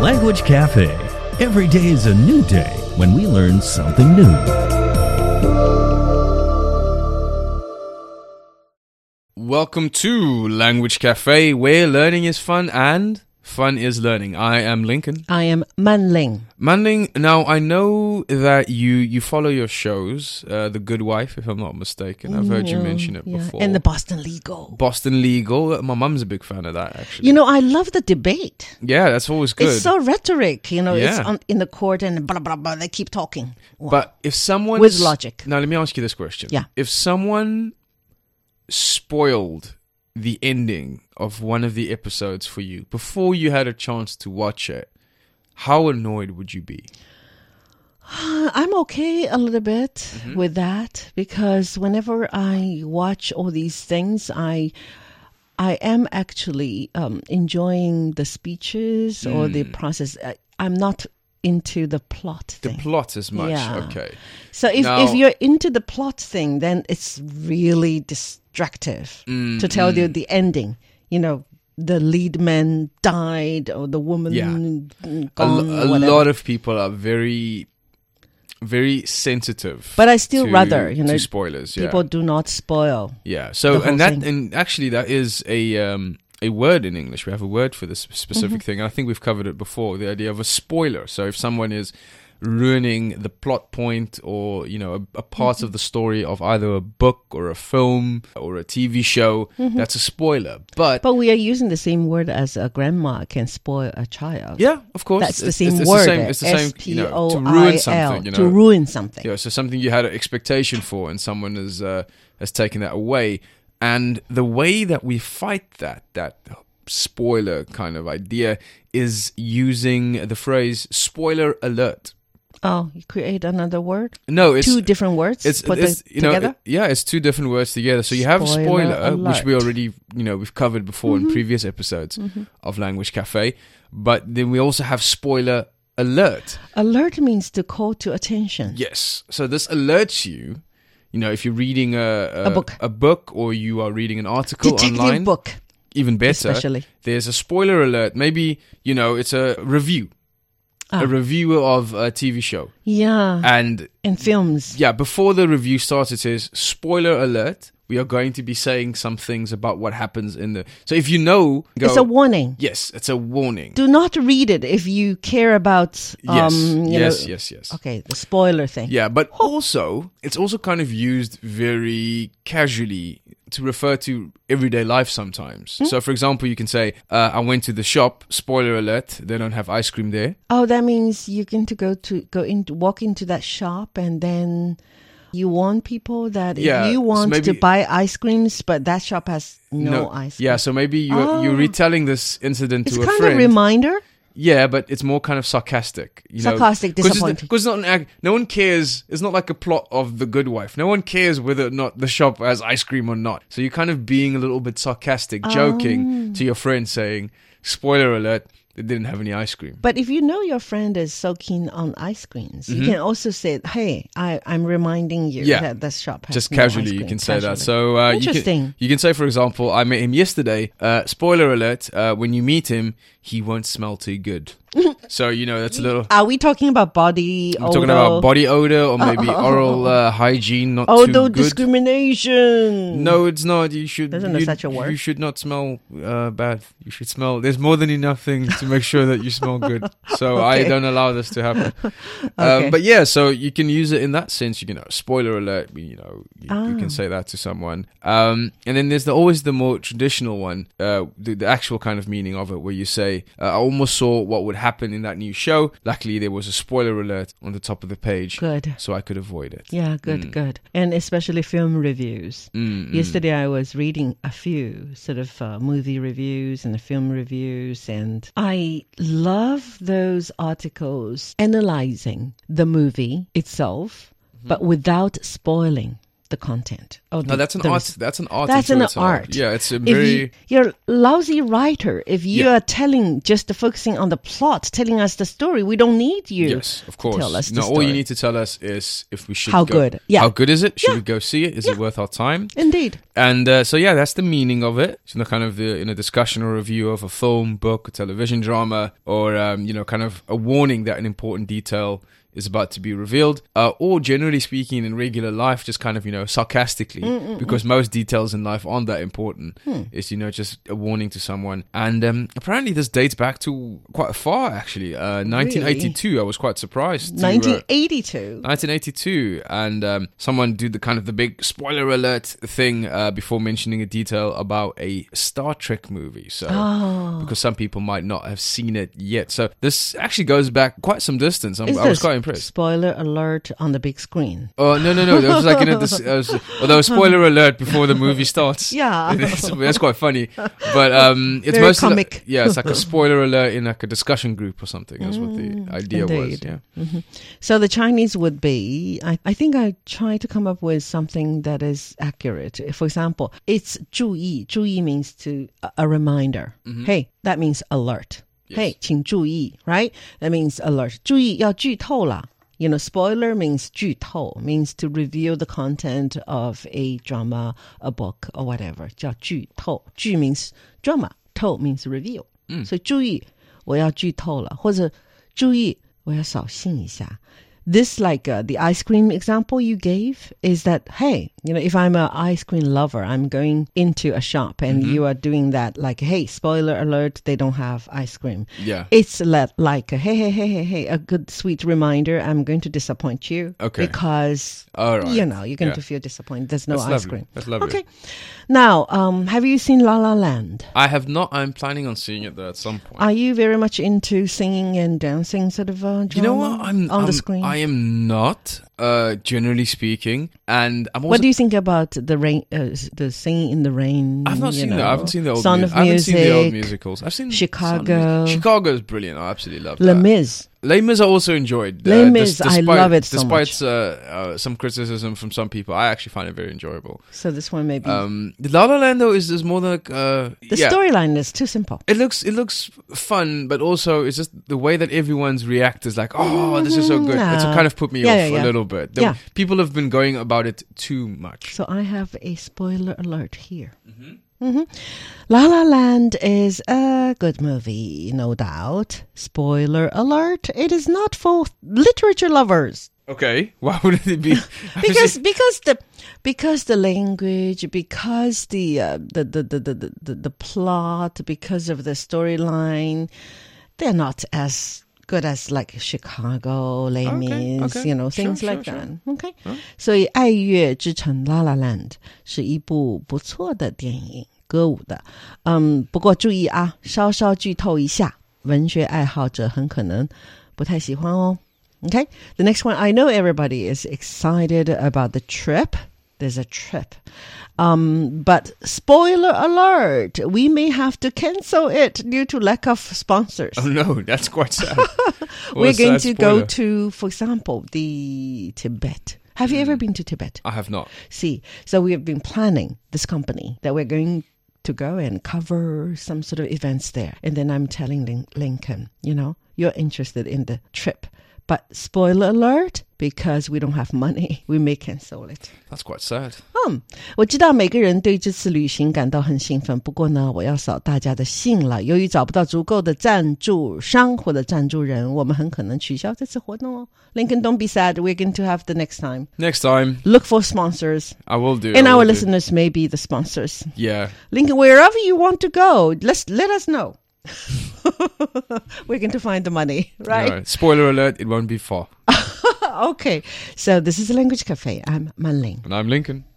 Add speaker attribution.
Speaker 1: Language Cafe. Every day is a new day when we learn something new.
Speaker 2: Welcome to Language Cafe, where learning is fun and fun is learning. I am Lincoln
Speaker 3: I am Manling.
Speaker 2: Manling. Now I know that you you follow your shows, uh, The Good Wife, if I'm not mistaken. I've heard you
Speaker 3: Yeah,
Speaker 2: mention it
Speaker 3: Mm-hmm. yeah.
Speaker 2: before.
Speaker 3: And the Boston Legal.
Speaker 2: Boston Legal. My mum's a big fan of that, actually.
Speaker 3: You know, I love the debate.
Speaker 2: yeah, that's always good.
Speaker 3: It's so rhetoric, you know, it's
Speaker 2: Yeah.
Speaker 3: on, in the court and blah, blah, blah. They keep talking. Wow.
Speaker 2: But if someone
Speaker 3: With logic.
Speaker 2: Now let me ask you this question.
Speaker 3: Yeah.
Speaker 2: If someone spoiled the ending of one of the episodes for you before you had a chance to watch it, how annoyed would you be?
Speaker 3: Uh, I'm okay a little bit
Speaker 2: Mm-hmm.
Speaker 3: with that because whenever I watch all these things, I. I am actually um, enjoying the speeches or the process. I, I'm not into the plot
Speaker 2: Mm. The
Speaker 3: thing.
Speaker 2: plot as much.
Speaker 3: Yeah.
Speaker 2: Okay.
Speaker 3: So if,
Speaker 2: Now-
Speaker 3: if you're into the plot thing, then it's really destructive to tell
Speaker 2: Mm-hmm.
Speaker 3: you the ending. You know, the lead man died or the woman
Speaker 2: Yeah.
Speaker 3: gone,
Speaker 2: A, l- a
Speaker 3: whatever.
Speaker 2: lot of people are very very sensitive.
Speaker 3: But I still
Speaker 2: to-
Speaker 3: rather, you know,
Speaker 2: to spoilers. Yeah.
Speaker 3: people do not spoil.
Speaker 2: Yeah. So
Speaker 3: the whole
Speaker 2: and that
Speaker 3: thing.
Speaker 2: and actually that is a um, a word in English. We have a word for this
Speaker 3: Mm-hmm.
Speaker 2: specific thing. I think we've covered it before. The idea of a spoiler. So if someone is ruining the plot point or you know a, a part
Speaker 3: Mm-hmm.
Speaker 2: of the story of either a book or a film or a TV show, that's a spoiler. But,
Speaker 3: Mm-hmm. But we are using the same word as a grandma can spoil a child.
Speaker 2: yeah, of course,
Speaker 3: That's the
Speaker 2: it's-
Speaker 3: same
Speaker 2: it's, it's
Speaker 3: word.
Speaker 2: The same, it's the same. You know, to ruin something. You know,
Speaker 3: to ruin something.
Speaker 2: Yeah, so something you had an expectation for, and someone has uh, has taken that away. And the way that we fight that that spoiler kind of idea is using the phrase "spoiler alert."
Speaker 3: Oh, you create another word?
Speaker 2: No, it's
Speaker 3: Two different words?
Speaker 2: it's,
Speaker 3: put
Speaker 2: it's
Speaker 3: the-
Speaker 2: you know
Speaker 3: together?
Speaker 2: it- yeah, it's two different words together. So you have a
Speaker 3: Spoiler
Speaker 2: spoiler, which we
Speaker 3: alert. Mm-hmm.
Speaker 2: already you know we've covered before in previous episodes of Language Cafe, but then we also have spoiler alert.
Speaker 3: Alert means to call to attention.
Speaker 2: Yes. So this alerts you, you know, if you're reading a, a,
Speaker 3: A book.
Speaker 2: a book or you are reading an article
Speaker 3: Detective
Speaker 2: online,
Speaker 3: book.
Speaker 2: even better.
Speaker 3: especially.
Speaker 2: There's a spoiler alert. Maybe you know it's a review,
Speaker 3: Ah.
Speaker 2: a review of a TV show,
Speaker 3: Yeah.
Speaker 2: and
Speaker 3: and films.
Speaker 2: yeah, before the review starts, it says spoiler alert. We are going to be saying some things about what happens in the. So if you know, go,
Speaker 3: It's a warning.
Speaker 2: yes, it's a warning.
Speaker 3: Do not read it if you care about. Um,
Speaker 2: yes,
Speaker 3: you
Speaker 2: yes,
Speaker 3: know,
Speaker 2: yes, yes.
Speaker 3: Okay, the spoiler thing.
Speaker 2: Yeah, but also it's also kind of used very casually to refer to everyday life sometimes.
Speaker 3: Hmm?
Speaker 2: So, for example, you can say, uh, "I went to the shop." Spoiler alert: they don't have ice cream there.
Speaker 3: Oh, that means you're going to go to go in, walk into that shop, and then you warn people that
Speaker 2: Yeah,
Speaker 3: if
Speaker 2: so
Speaker 3: you want to
Speaker 2: maybe-
Speaker 3: buy ice creams, but that shop has no, ice. Ah.
Speaker 2: Yeah, so maybe you're, you're retelling this incident
Speaker 3: It's
Speaker 2: to a
Speaker 3: kind
Speaker 2: friend.
Speaker 3: of reminder.
Speaker 2: yeah, but it's more kind of sarcastic. You
Speaker 3: Sarcastic, disappointing.
Speaker 2: Because not an act, no one cares. It's not like a plot of The Good Wife. No one cares whether or not the shop has ice cream or not. So you're kind of being a little bit sarcastic,
Speaker 3: Oh.
Speaker 2: joking to your friend, saying, "Spoiler alert: they didn't have any ice cream."
Speaker 3: But if you know your friend is so keen on ice creams, you can also say, "Hey, I, I'm reminding you
Speaker 2: Mm-hmm. Yeah.
Speaker 3: that this shop has
Speaker 2: just
Speaker 3: no ice
Speaker 2: casually you
Speaker 3: cream,"
Speaker 2: can say that
Speaker 3: casually.
Speaker 2: so uh, You
Speaker 3: Interesting.
Speaker 2: can, you can say for example i met him yesterday uh, spoiler alert uh, when you meet him he won't smell too good so you know that's a little
Speaker 3: Are we talking about body?
Speaker 2: i'm talking about body odor or maybe oral uh, hygiene not
Speaker 3: Although
Speaker 2: too good
Speaker 3: discrimination.
Speaker 2: no it's not you should
Speaker 3: Isn't there
Speaker 2: you,
Speaker 3: such a word?
Speaker 2: you should not smell uh, bad you should smell there's more than enough things to make sure that you smell good so i
Speaker 3: Okay.
Speaker 2: don't allow this to happen
Speaker 3: Okay.
Speaker 2: um, but yeah so you can use it in that sense you can uh, spoiler alert you know you, you
Speaker 3: Ah.
Speaker 2: can say that to someone um, and then there's the, always the more traditional one uh, the, the actual kind of meaning of it where you say uh, i almost saw what would happen in that new show luckily there was a spoiler alert on the top of the page
Speaker 3: Good.
Speaker 2: so i could avoid it
Speaker 3: Yeah, good, good. And especially film reviews.
Speaker 2: Mm, mm.
Speaker 3: Yesterday I was reading a few sort of uh, movie reviews and film reviews, and I love those articles analyzing the movie itself, but without spoiling. the content. Or
Speaker 2: Mm-hmm. No,
Speaker 3: the-
Speaker 2: that's an
Speaker 3: the
Speaker 2: art.
Speaker 3: res-
Speaker 2: That's an art.
Speaker 3: That's
Speaker 2: unto
Speaker 3: an
Speaker 2: itself.
Speaker 3: art.
Speaker 2: Yeah, it's a
Speaker 3: If
Speaker 2: very.
Speaker 3: you, you're a lousy writer. If you
Speaker 2: Yeah.
Speaker 3: are telling just focusing on the plot, telling us the story, we don't need you.
Speaker 2: Yes, of course.
Speaker 3: tell us
Speaker 2: no,
Speaker 3: the
Speaker 2: all you
Speaker 3: story.
Speaker 2: need to tell us is if we should.
Speaker 3: How
Speaker 2: go-
Speaker 3: good. Yeah.
Speaker 2: How good is it? Should
Speaker 3: Yeah.
Speaker 2: we go see it? Is it
Speaker 3: Yeah.
Speaker 2: worth our time?
Speaker 3: Indeed.
Speaker 2: And uh, so yeah, that's the meaning of it. It's you know, kind of the in a discussion or review of a film, book, a television drama, or um, you know, kind of a warning that an important detail is about to be revealed, uh, or generally speaking, in regular life, just kind of you know sarcastically, because most details in life aren't that important. It's you know just a warning to someone. And um, apparently, this dates back to quite far actually, uh, 1982. I was quite surprised. to, uh,
Speaker 3: 1982.
Speaker 2: Um, 1982, and um, someone did the kind of the big spoiler alert thing uh, before mentioning a detail about a Star Trek movie. So
Speaker 3: Oh.
Speaker 2: because some people might not have seen it yet, so this actually goes back quite some distance. I'm,
Speaker 3: Is
Speaker 2: I was
Speaker 3: this
Speaker 2: quite impressed.
Speaker 3: Spoiler alert on the big screen.
Speaker 2: Oh no no no! That was like you know this. Uh, although spoiler alert before the movie starts.
Speaker 3: Yeah.
Speaker 2: that's, that's quite funny. But um, it's
Speaker 3: Very
Speaker 2: mostly like-
Speaker 3: comic.
Speaker 2: yeah, it's like a spoiler alert in like a discussion group or something. That's what the idea was.
Speaker 3: Mm, indeed.
Speaker 2: Yeah.
Speaker 3: So the Chinese would be, I, I think I try to come up with something that is accurate. For example, it's 注意.注意 means to a, a reminder. Hey, that means alert. Hey, 请注意, right? That means alert. 注意要剧透了. You know, spoiler means 剧透, means to reveal the content of a drama, a book, or whatever. 叫剧透.剧 means drama, 透 means reveal. 所以注意我要剧透了，或者注意我要扫兴一下。This, like uh, the ice cream example you gave, is that hey, you know, if I'm a ice cream lover, I'm going into a shop and
Speaker 2: Mm-hmm.
Speaker 3: you are doing that, like hey, spoiler alert, they don't have ice cream.
Speaker 2: Yeah.
Speaker 3: it's le- like hey, hey, hey, hey, hey, a good sweet reminder. I'm going to disappoint you,
Speaker 2: Okay.
Speaker 3: because
Speaker 2: All right.
Speaker 3: you know you're going
Speaker 2: Yeah.
Speaker 3: to feel disappointed. There's no
Speaker 2: That's
Speaker 3: ice
Speaker 2: lovely.
Speaker 3: cream.
Speaker 2: That's lovely.
Speaker 3: Okay, now, um, have you seen La La Land?
Speaker 2: I have not. I'm planning on seeing it though at some point.
Speaker 3: Are you very much into singing and dancing sort of uh, drama
Speaker 2: You know what? I'm
Speaker 3: on
Speaker 2: I'm-
Speaker 3: the screen?
Speaker 2: I am not, uh, generally speaking, and I'm also.
Speaker 3: what do you think about the rain, uh, s- the singing in the rain?
Speaker 2: I've not
Speaker 3: you
Speaker 2: seen that. I
Speaker 3: know,
Speaker 2: haven't seen the old.
Speaker 3: Sound
Speaker 2: mu-
Speaker 3: of
Speaker 2: I haven't seen the old
Speaker 3: Music,
Speaker 2: musicals. I've seen
Speaker 3: Chicago.
Speaker 2: Chicago is brilliant. I absolutely love
Speaker 3: Les
Speaker 2: that.
Speaker 3: Mis.
Speaker 2: Les Mis I also enjoyed. uh,
Speaker 3: Les
Speaker 2: des-
Speaker 3: Mis, I love it so
Speaker 2: despite
Speaker 3: much.
Speaker 2: Uh, uh, some criticism from some people, I actually find it very enjoyable.
Speaker 3: So this one maybe
Speaker 2: Um, the La La Land though is, is more like uh,
Speaker 3: the
Speaker 2: yeah.
Speaker 3: storyline is too simple.
Speaker 2: It looks it looks fun, but also it's just the way that everyone's react is like, oh, this is so good. It's
Speaker 3: Mm-hmm. Yeah.
Speaker 2: kind of put me
Speaker 3: Yeah,
Speaker 2: off
Speaker 3: yeah,
Speaker 2: a
Speaker 3: yeah.
Speaker 2: little bit. The-
Speaker 3: Yeah.
Speaker 2: People have been going about it too much.
Speaker 3: So I have a spoiler alert here. Mm-hmm. La La Land is a good movie, no doubt. Spoiler alert: it is not for literature lovers.
Speaker 2: Okay, why would it be?
Speaker 3: because because the because the language because the uh, the, the, the, the the the plot because of the storyline they're not as good as like chicago les
Speaker 2: Okay,
Speaker 3: Mis,
Speaker 2: okay.
Speaker 3: you know
Speaker 2: Sure,
Speaker 3: things
Speaker 2: sure,
Speaker 3: like
Speaker 2: sure.
Speaker 3: that okay 所以《爱乐之城》La La Land 是一部不错的电影，歌舞的。嗯，不过注意啊，稍稍剧透一下，文学爱好者很可能不太喜欢哦。Okay, the next one I know everybody is excited about the trip. There's a trip, um, but spoiler alert: we may have to cancel it due to lack of sponsors.
Speaker 2: oh no, that's quite sad.
Speaker 3: We're
Speaker 2: What's
Speaker 3: going
Speaker 2: that
Speaker 3: to go
Speaker 2: spoiler?
Speaker 3: to, for example, the Tibet. Have you ever been to Tibet?
Speaker 2: I have not.
Speaker 3: See, so we have been planning this company that we're going to go and cover some sort of events there. And then I'm telling Lin- Lincoln, you know, you're interested in the trip. But spoiler alert, because we don't have money, we may cancel it.
Speaker 2: That's quite sad.
Speaker 3: 嗯，我知道每个人对这次旅行感到很兴奋，不过呢，我要扫大家的兴了。由于找不到足够的赞助商或者赞助人，我们很可能取消这次活动哦。Lincoln, don't be sad. We're going to have the next time.
Speaker 2: Next time
Speaker 3: Look for sponsors.
Speaker 2: I will do.
Speaker 3: And
Speaker 2: I will
Speaker 3: our
Speaker 2: do.
Speaker 3: listeners may be the sponsors.
Speaker 2: Yeah,
Speaker 3: Lincoln, wherever you want to go, let's let us know. We're going to find the money, right?
Speaker 2: Alright, Spoiler alert: it won't be far.
Speaker 3: Okay. So this is the Language Cafe. I'm Man Ling.
Speaker 2: And I'm Lincoln.